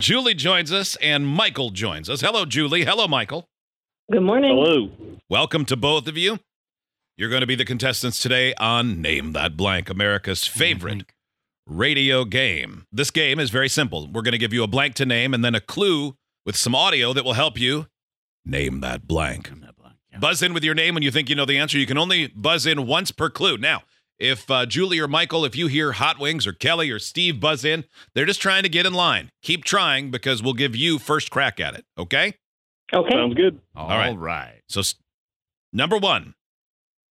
Julie joins us and Michael joins us. Hello, Julie. Hello, Michael. Good morning. Hello. Welcome to both of you. You're going to be the contestants today on Name That Blank, America's favorite radio game. This game is very simple. We're going to give you a blank to name and then a clue with some audio that will help you name that blank. Buzz in with your name when you think you know the answer. You can only buzz in once per clue. Now, if uh, Julie or Michael, if you hear Hot Wings or Kelly or Steve buzz in, they're just trying to get in line. Keep trying because we'll give you first crack at it. Okay? Okay. Sounds good. All right. All right. So, s- number one,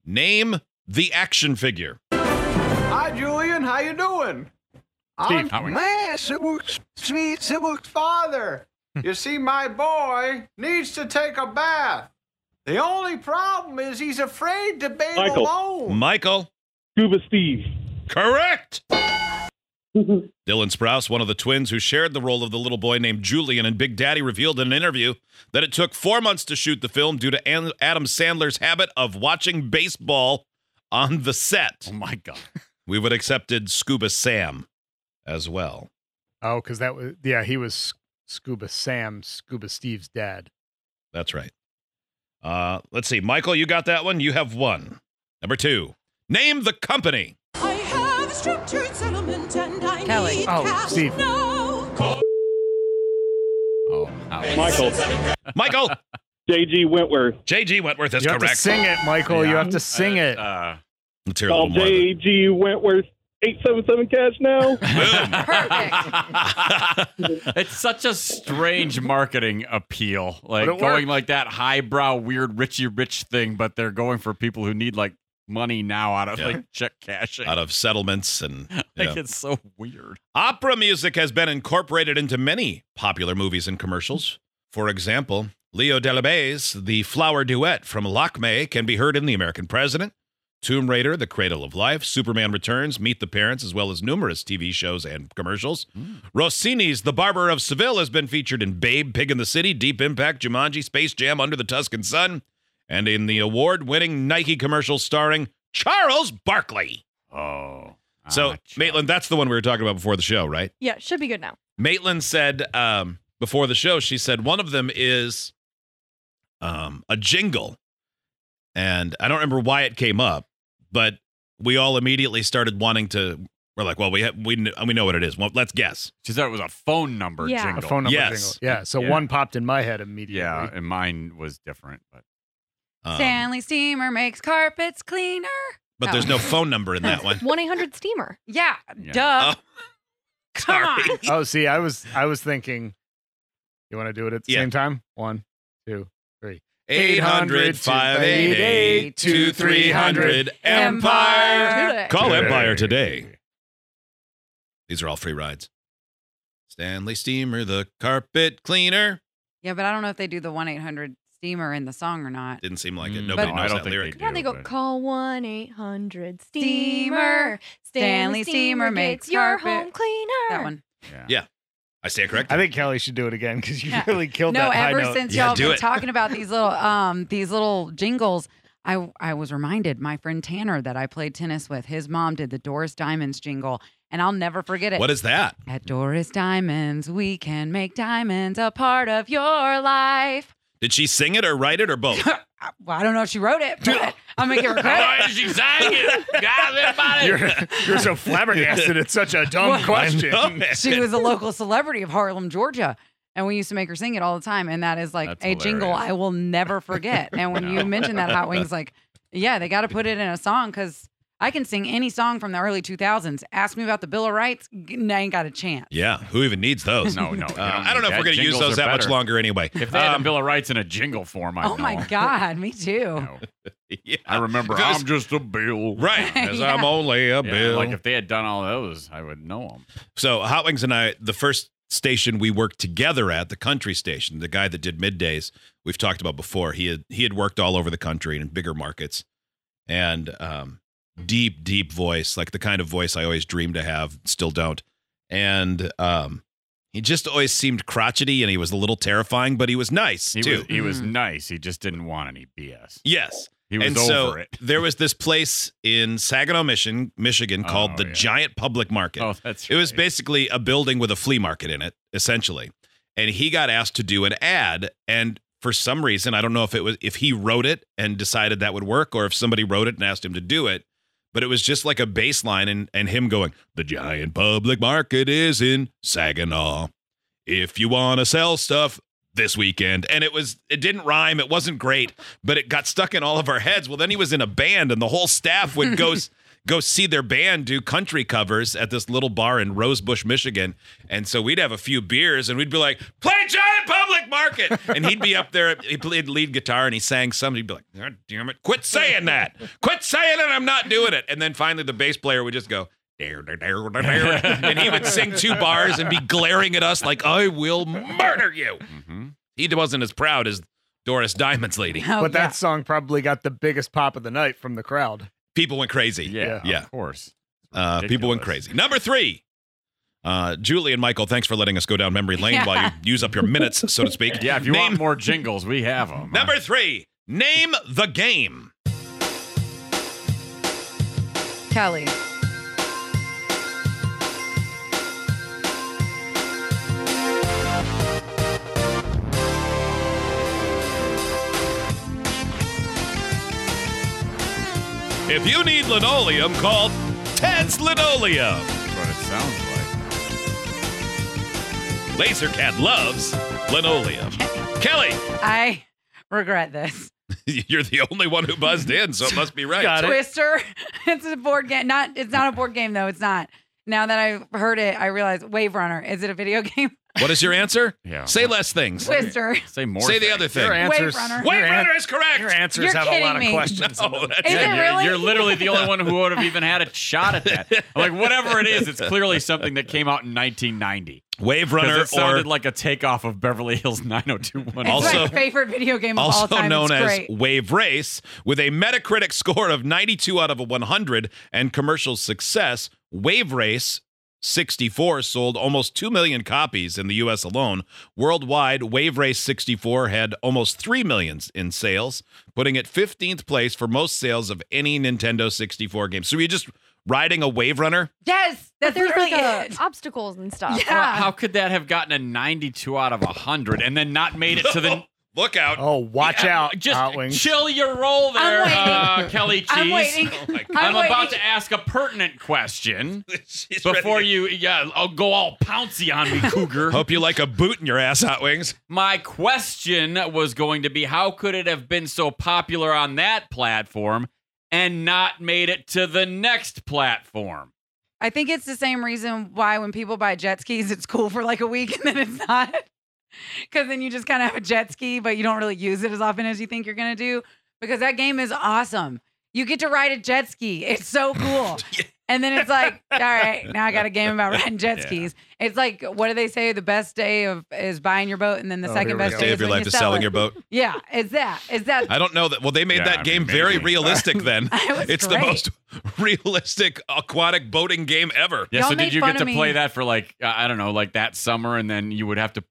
name the action figure. Hi, Julian. How you doing? Steve, I'm how are you? man, Sibuk's sweet Sibuk's father. you see, my boy needs to take a bath. The only problem is he's afraid to bathe Michael. alone. Michael, Scuba Steve. correct. Dylan Sprouse, one of the twins who shared the role of the little boy named Julian in Big Daddy, revealed in an interview that it took four months to shoot the film due to An- Adam Sandler's habit of watching baseball on the set. Oh my god. We would accepted Scuba Sam as well. Oh, because that was yeah, he was S- Scuba Sam, Scuba Steve's dad. That's right. Uh, let's see. Michael, you got that one. You have one. Number two, name the company. I have structured settlement and I Kelly. need Oh, cash Steve. now. Oh, how Michael. Michael, J.G. Wentworth. J.G. Wentworth is you have correct. to sing it, Michael. You have to sing it. Uh, Let's hear a Call little more of it. J.G. Wentworth. 877 cash now. it's such a strange marketing appeal, like But it going like that highbrow, weird Richie Rich thing, but they're going for people who need like money now out of Yeah. like check cashing. Out of settlements and like yeah. it's so weird. opera music has been incorporated into many popular movies and commercials. For example, Leo Delabey's "The Flower Duet" from Lakme can be heard in *The American President*, *Tomb Raider: The Cradle of Life*, *Superman Returns*, *Meet the Parents*, as well as numerous TV shows and commercials. Rossini's The Barber of Seville has been featured in Babe, Pig in the City, Deep Impact, Jumanji, Space Jam, Under the Tuscan Sun, and in the award winning Nike commercial starring Charles Barkley. Oh, So, ah, Chuck. Maitland, that's the one we were talking about before the show, right? Yeah, should be good now. Maitland said um, before the show, she said one of them is um, a jingle. And I don't remember why it came up, but we all immediately started wanting to. We're like, well, we ha- we kn- we know what it is. Well, let's guess. she said it was a phone number Yeah. A jingle. phone number Yes. jingle. Yeah. So Yeah. one popped in my head immediately. yeah, and mine was different, but Um, Stanley Steamer makes carpets cleaner. but there's no Oh. phone number in that one. 1 800 Steamer. Yeah, Yeah. duh. Oh, Come sorry. on. Oh, see, I was I was thinking. You want to do it at the Yeah. same time? One, two. 800-588-2300 Empire. Uh, Call Empire today. These are all free rides. Stanley Steamer, the carpet cleaner. Yeah, but I don't know if they do the 1 800 steamer in the song or not. Didn't seem like it. Mm, Nobody no, knows I don't that think lyric. They do, Yeah, they go, but- call 1 800 Steamer. Steamer. Stanley Steamer makes gets your carpet. home cleaner. That one. yeah. Yeah. I stand corrected. I think Kelly should do it again because you Yeah. really killed No, that high ever note. since Yeah, y'all do been it. talking about these little um these little jingles, I I was reminded my friend Tanner that I played tennis with. His mom did the Doris Diamonds jingle, and I'll never forget it. what is that? At Doris Diamonds, we can make diamonds a part of your life. Did she sing it or write it or both? I- Well, I don't know if she wrote it, but I'm gonna give her credit. she sang it. God, everybody. You're, you're so flabbergasted. It's such a dumb question. I know it. she was a local celebrity of Harlem, Georgia. And we used to make her sing it all the time. And that is like That's a jingle hilarious. I will never forget. And when you mentioned that Hot Wings, like, yeah, they got to put it in a song because I can sing any song from the early 2000s. Ask me about the Bill of Rights, g- and I ain't got a chance. yeah. Who even needs those? No, no. you Uh, I don't know need if we're that. going to use Jingles those are that much better. longer anyway. If they had Um, a Bill of Rights in a jingle form, I oh my know. God, me too. No. yeah. I remember. If it was- I'm just a bill. Right. Because I'm only a Yeah, bill. Like if they had done all those, I would know them. So Hot Wings and I, the first station we worked together at, the country station, the guy that did middays we've talked about before. He had he had worked all over the country and in bigger markets, and um, deep deep voice, like the kind of voice I always dreamed to have, still don't. And um, he just always seemed crotchety, and he was a little terrifying, but he was nice He too. was, he was nice. He just didn't want any BS. yes, He was and over so it. there was this place in Saginaw, Michigan, Michigan called Oh, the yeah. Giant Public Market. Oh, that's It was right. basically a building with a flea market in it, essentially. And he got asked to do an ad, and for some reason, I don't know if it was if he wrote it and decided that would work, or if somebody wrote it and asked him to do it. But it was just like a baseline, and and him going, "The giant public market is in Saginaw. If you want to sell stuff." This weekend, and it was it didn't rhyme. It wasn't great, but it got stuck in all of our heads. Well, then he was in a band, and the whole staff would go go see their band do country covers at this little bar in Rosebush, Michigan. And so we'd have a few beers and we'd be like, play Giant Public Market. And he'd be up there, he played lead guitar and he sang something. He'd be like, God damn it, quit saying that. Quit saying it. I'm not doing it. And then finally the bass player would just go, "Dare, dare, dare, dare, dare," and he would sing two bars and be glaring at us like, I will murder you. Mhm. He wasn't as proud as Doris Diamond's lady. Oh, but that yeah. song probably got the biggest pop of the night from the crowd. People went crazy. Yeah, Yeah. Of course. Uh, people went Ridiculous. crazy. Number three, uh, Julie and Michael, thanks for letting us go down memory lane Yeah. while you use up your minutes, so to speak. Yeah. If you name, want more jingles, we have them. number three, name the game. Kelly. If you need linoleum, call Ted's Linoleum. That's what it sounds like. Laser Cat loves linoleum. Kelly, I regret this. you're the only one who buzzed in, so it must be right. Got it. Twister. It's a board game. Not. It's not a board game though. It's not. Now that I've heard it, I realize Wave Runner. Is it a video game? What is your answer? Yeah. Say less things. Twister. Say more. Say the things. other thing. Your answers, Runner. Your, Wave an- Runner is correct. your answers You're have a lot kidding me. of questions. in No, them. that's Is it. it you're, really? you're literally the only one who would have even had a shot at that. I'm like, whatever it is, it's clearly something that came out in 1990. Wave 'Cause Runner it or sounded like a takeoff of Beverly Hills 90210. It's Also- my favorite video game of all also time. known it's as great. Wave Race, with a Metacritic score of 92 out of 100 and commercial success, Wave Race 64 sold almost 2 million copies in the US alone. Worldwide, Wave Race 64 had almost 3 million in sales, putting it 15th place for most sales of any Nintendo 64 game. So you're just riding a Wave Runner? Yes, But that's there's really like it. uh, obstacles and stuff. Yeah. How could that have gotten a 92 out of 100 and then not made it to the. Look out. Oh, watch Yeah, out, Uh, Just Hot Wings. chill your roll there, waiting. uh, Kelly Cheese. I'm waiting. Oh my God. I'm I'm about waiting. to ask a pertinent question She's ready before to- you. Yeah, I'll go all pouncy on me, Cougar. Hope you like a boot in your ass, Hot Wings. My question was going to be how could it have been so popular on that platform and not made it to the next platform? I think it's the same reason why when people buy jet skis, it's cool for like a week and then it's not. Because then you just kind of have a jet ski, but you don't really use it as often as you think you're going to do. Because that game is awesome. You get to ride a jet ski, it's so cool. And then it's like, all right, now I got a game about riding jet Yeah. skis. It's like, what do they say? The best day of is buying your boat, and then the Oh, here second we best go. day, Day of your when life you is sell selling it. your boat. Yeah, is that is that I don't know that. Well, they made Yeah, I that game mean, very maybe. realistic then. It was it's the great. most realistic aquatic boating game ever. Yeah, Y'all so made did you fun get to of me. play that for like uh, I don't know, like that summer and then you would have to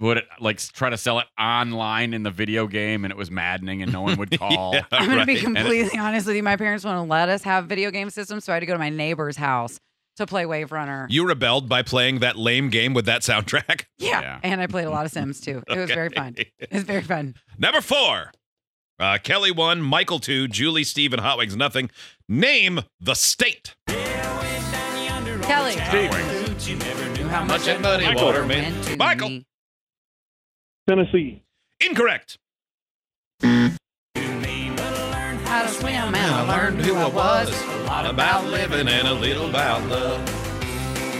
would it like s- try to sell it online in the video game and it was maddening and no one would call. Yeah, I'm gonna be right. completely honest with you. My parents wouldn't let us have video game systems, so I had to go to my neighbor's house to play Wave Runner. You rebelled by playing that lame game with that soundtrack. yeah. Yeah. and I played a lot of Sims too. It was very fun. It was very fun. Number four. Uh, Kelly one, Michael two, Julie, Steve, and Hotwings nothing. Name the state. Kelly, how much it muddy Michael. water meant meant to Michael. me. Tennessee. Incorrect. How to swim and I learned who I was. A lot about living and a little about love.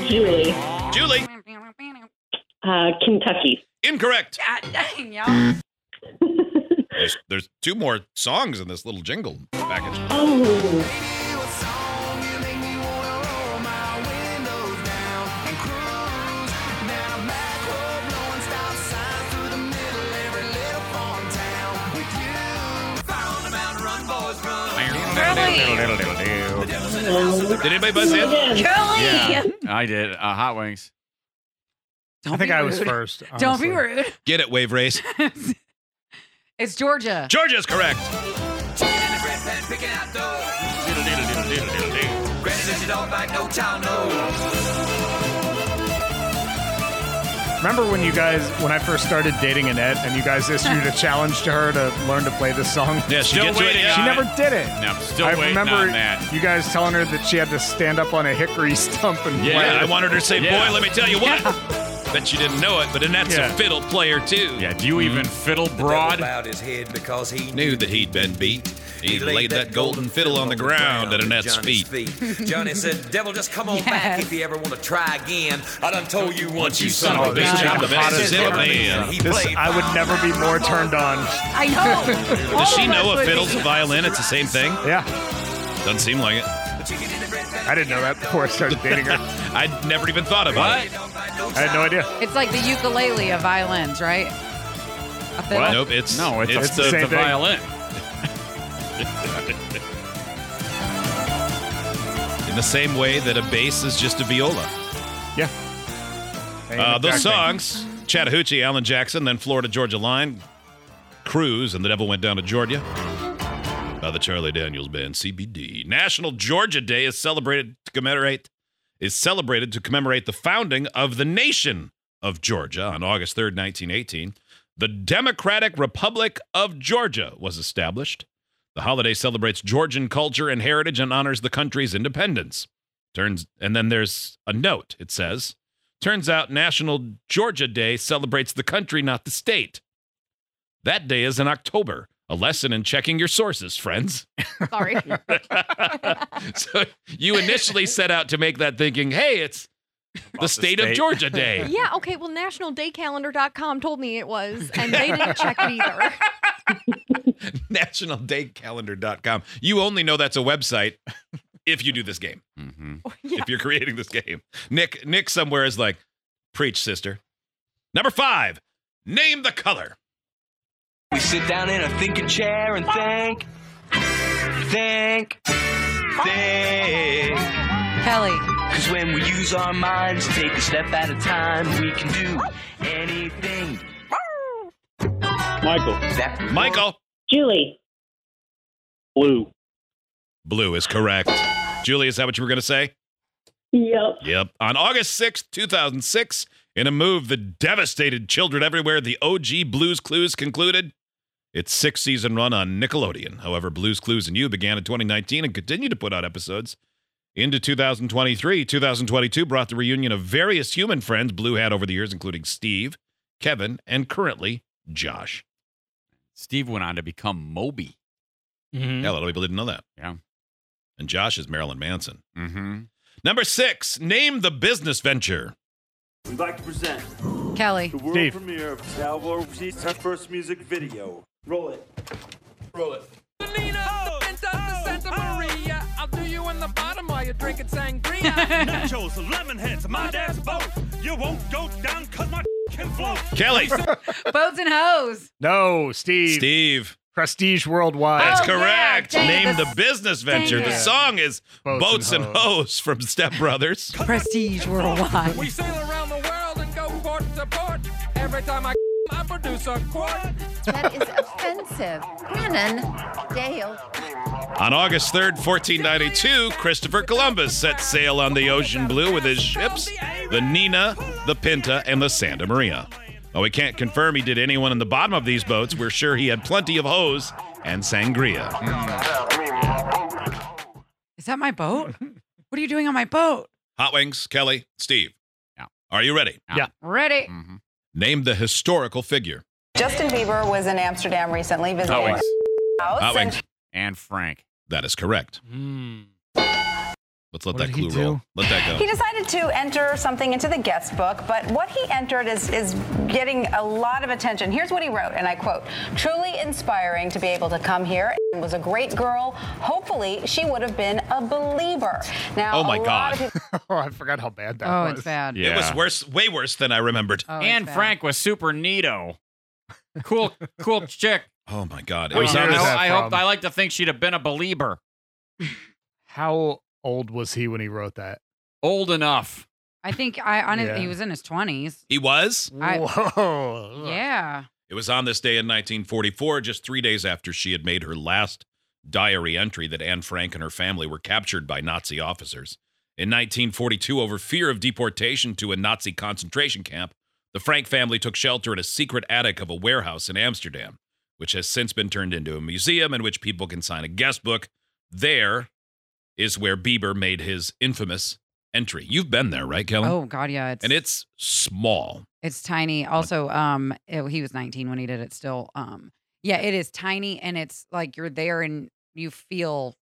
Julie, Julie, uh, Kentucky. incorrect. God dang, y'all. There's, there's two more songs in this little jingle package. oh, Now Did anybody buzz in? Yeah, I did. Uh, hot wings. I think be I was rude. 1st Don't be honestly. rude. Get it, Wave Race. It's Georgia. Georgia's correct. Remember when you guys, when I first started dating Annette, and you guys issued a challenge to her to learn to play this song? Yeah, she Still gets it. waiting She on never- Never did it. No, I'm still I waiting remember on that. you guys telling her that she had to stand up on a hickory stump and Yeah, play. Yeah, I wanted her to say, Yeah. boy, let me tell you what. Bet you didn't know it, but Annette's Yeah. a fiddle player, too. Yeah, do you Mm-hmm. even fiddle Broad broad? bowed his head because he Knew that he'd been beat. He laid that golden fiddle on the ground at Annette's Johnny's feet. Johnny said, "Devil, just come on Yes. back if you ever want to try again. I done told you once, you son Oh, of a this bitch. is I'm the the hottest best ever ever been. He This, played I would never be more turned on. I know. All Does she of us know a would be. fiddle's a violin? It's the same thing? Yeah, Doesn't seem like it. I didn't know that before I started dating her. I'd never even thought about What? it. I had no idea. It's like the ukulele of violins, right? A fiddle. What? Nope, it's no, it's, it's the, the same the thing. violin. In the same way that a bass is just a viola. Yeah. Uh, those Exactly. songs Chattahoochee, Alan Jackson, then Florida Georgia Line, Cruise, and The Devil Went Down to Georgia. By the Charlie Daniels Band, CBD. National Georgia Day is celebrated to commemorate is celebrated to commemorate the founding of the nation of Georgia on August 3rd, 1918. The Democratic Republic of Georgia was established. The holiday celebrates Georgian culture and heritage and honors the country's independence. Turns and then there's a note. It says, "Turns out National Georgia Day celebrates the country, not the state. That day is in October. A lesson in checking your sources, friends." Sorry. so you initially set out to make that thinking, "Hey, it's the state, of state. Georgia Day." yeah, okay. Well, nationaldaycalendar.com told me it was, and they didn't check it either. NationalDayCalendar.com. You only know that's a website if you do this game. Mm-hmm. Yeah. if you're creating this game. Nick, Nick somewhere is like, preach, sister. Number five, name the color. We sit down in a thinking chair and think, think, think. Pelly. Cause when we use our minds, take a step at a time, we can do anything. Michael. That we Michael, Julie. Blue. blue is correct. Julie, is that what you were going to say? Yep. Yep. On August 6th, 2006, in a move that devastated children everywhere, the OG Blues Clues concluded its sixth season run on Nickelodeon. However, Blues Clues and You began in 2019 and continued to put out episodes into 2023. 2022 brought the reunion of various human friends Blue had over the years, including Steve, Kevin, and currently Josh. Steve went on to become Moby. Hell, a lot of people didn't know that. Yeah. And Josh is Marilyn Manson. Mm-hmm. Number six, name the business venture. We'd like to present Kelly. the world Steve. premiere of Salvador Ortiz' first music video. Roll it. Roll it. Nachos, lemon heads, my dad's boat. You won't go down cause my can float. Kelly. Boats and hoes. No, Steve. Steve. Prestige worldwide. That's Oh, yeah, correct. dang Name it. the business venture. The it. song is Boats, Boats and, and Hoes from Step Brothers. Prestige worldwide. sail around the world and go port to port. Every time I I produce a quart. That is offensive. Cannon, Dale. on August 3rd, 1492, Christopher Columbus set sail on the ocean blue with his ships, the Nina, the Pinta, and the Santa Maria. Though we can't confirm he did anyone in the bottom of these boats, we're sure he had plenty of hose and sangria. Is that my boat? What are you doing on my boat? Hot Wings, Kelly, Steve. Yeah. Are you ready? Ready. Mm-hmm. Name the historical figure. Justin Bieber was in Amsterdam recently Hot visiting Oh, wings a house. Hot Wings. and Frank. That is correct. Let's let What that did he clue roll. do? Let that go. He decided to enter something into the guest book, but what he entered is, is getting a lot of attention. Here's what he wrote, and I quote Truly inspiring to be able to come here and was a great girl. Hopefully, she would have been a believer. Now, Oh, my a lot God. of people oh, I forgot how bad that Oh, was. it's bad. Yeah. It was worse, way worse than I remembered. Oh, it's and bad. Frank was super neato. Cool, cool chick. Oh my God! It Wait, was I, on here's this- that I hope from? I like to think she'd have been a believer. How old was he when he wrote that? Old enough. I think I honestly Yeah. he was in his twenties. He was? I- Whoa. Yeah. It was on this day in 1944, just three days after she had made her last diary entry that Anne Frank and her family were captured by Nazi officers. In 1942, over fear of deportation to a Nazi concentration camp, the Frank family took shelter in a secret attic of a warehouse in Amsterdam, which has since been turned into a museum in which people can sign a guest book. There is where Bieber made his infamous entry. You've been there, right, Kelly? Oh God, yeah. It's and it's small. it's tiny. Also, um, it- he was 19 when he did it. Still, um, yeah, it is tiny, and it's like you're there, and you feel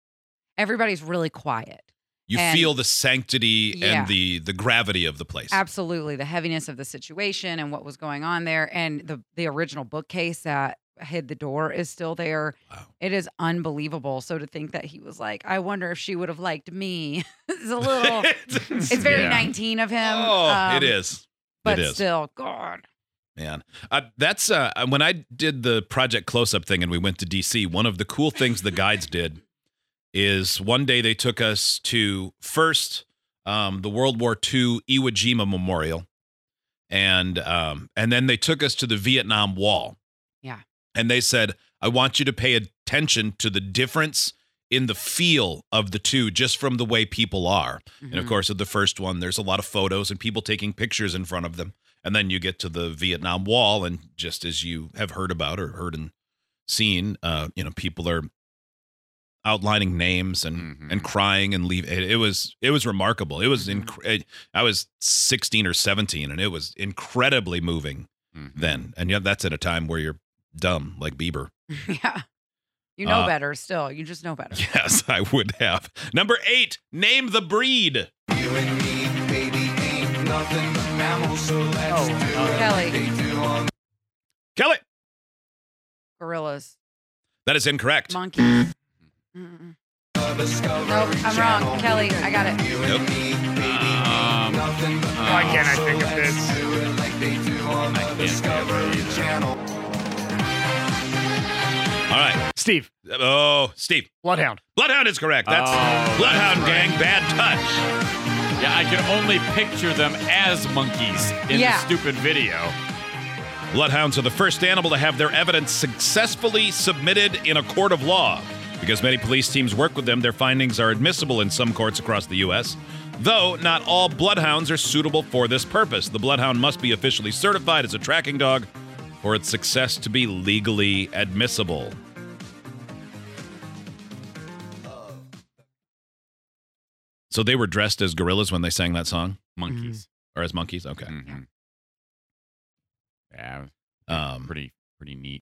everybody's really quiet. You And- feel the sanctity Yeah. and the the gravity of the place. Absolutely, the heaviness of the situation and what was going on there, and the the original bookcase that hid the door is still there. It is unbelievable. So to think that he was like, I wonder if she would have liked me. it's a little. it's very Yeah. 19 of him. Oh, um, it is. But it is. still, God. Man, uh, that's uh, when I did the Project Close Up thing and we went to DC. One of the cool things the guides did is one day they took us to first um, the World War II Iwo Jima Memorial, and um, and then they took us to the Vietnam Wall. Yeah. and they said, "I want you to pay attention to the difference." In the feel of the two, just from the way people are. And Mm-hmm. of Mhm. course, of the first one, there's a lot of photos and people taking pictures in front of them. And then you get to the Vietnam Wall, and just as you have heard about or heard and seen, uh, you know, people are outlining names and and crying and leave. It, it was it was remarkable. It was inc- I was 16 or 17, and it was incredibly moving then. And yeah, that's at a time where you're dumb like Bieber. You know Uh, better still. You just know better. Yes, I would have. Number eight, name the breed. Kelly, Kelly. gorillas, That is incorrect. monkeys. Mm-hmm. Mm-mm. Nope, I'm wrong. Kelly, I got it. Nope. Why can't I think of this? All right. Steve. Oh, Steve. Bloodhound. Bloodhound is correct. That's Oh, Bloodhound that's right. Gang, bad touch. Yeah, I can only picture them as monkeys in Yeah. the stupid video. Bloodhounds are the first animal to have their evidence successfully submitted in a court of law. Because many police teams work with them, their findings are admissible in some courts across the U.S. Though not all bloodhounds are suitable for this purpose. The bloodhound must be officially certified as a tracking dog for its success to be legally admissible. So they were dressed as gorillas when they sang that song? Monkeys. Mm-hmm. Mm. Mm-hmm. Or as monkeys? Okay. Yeah, Um, pretty pretty neat.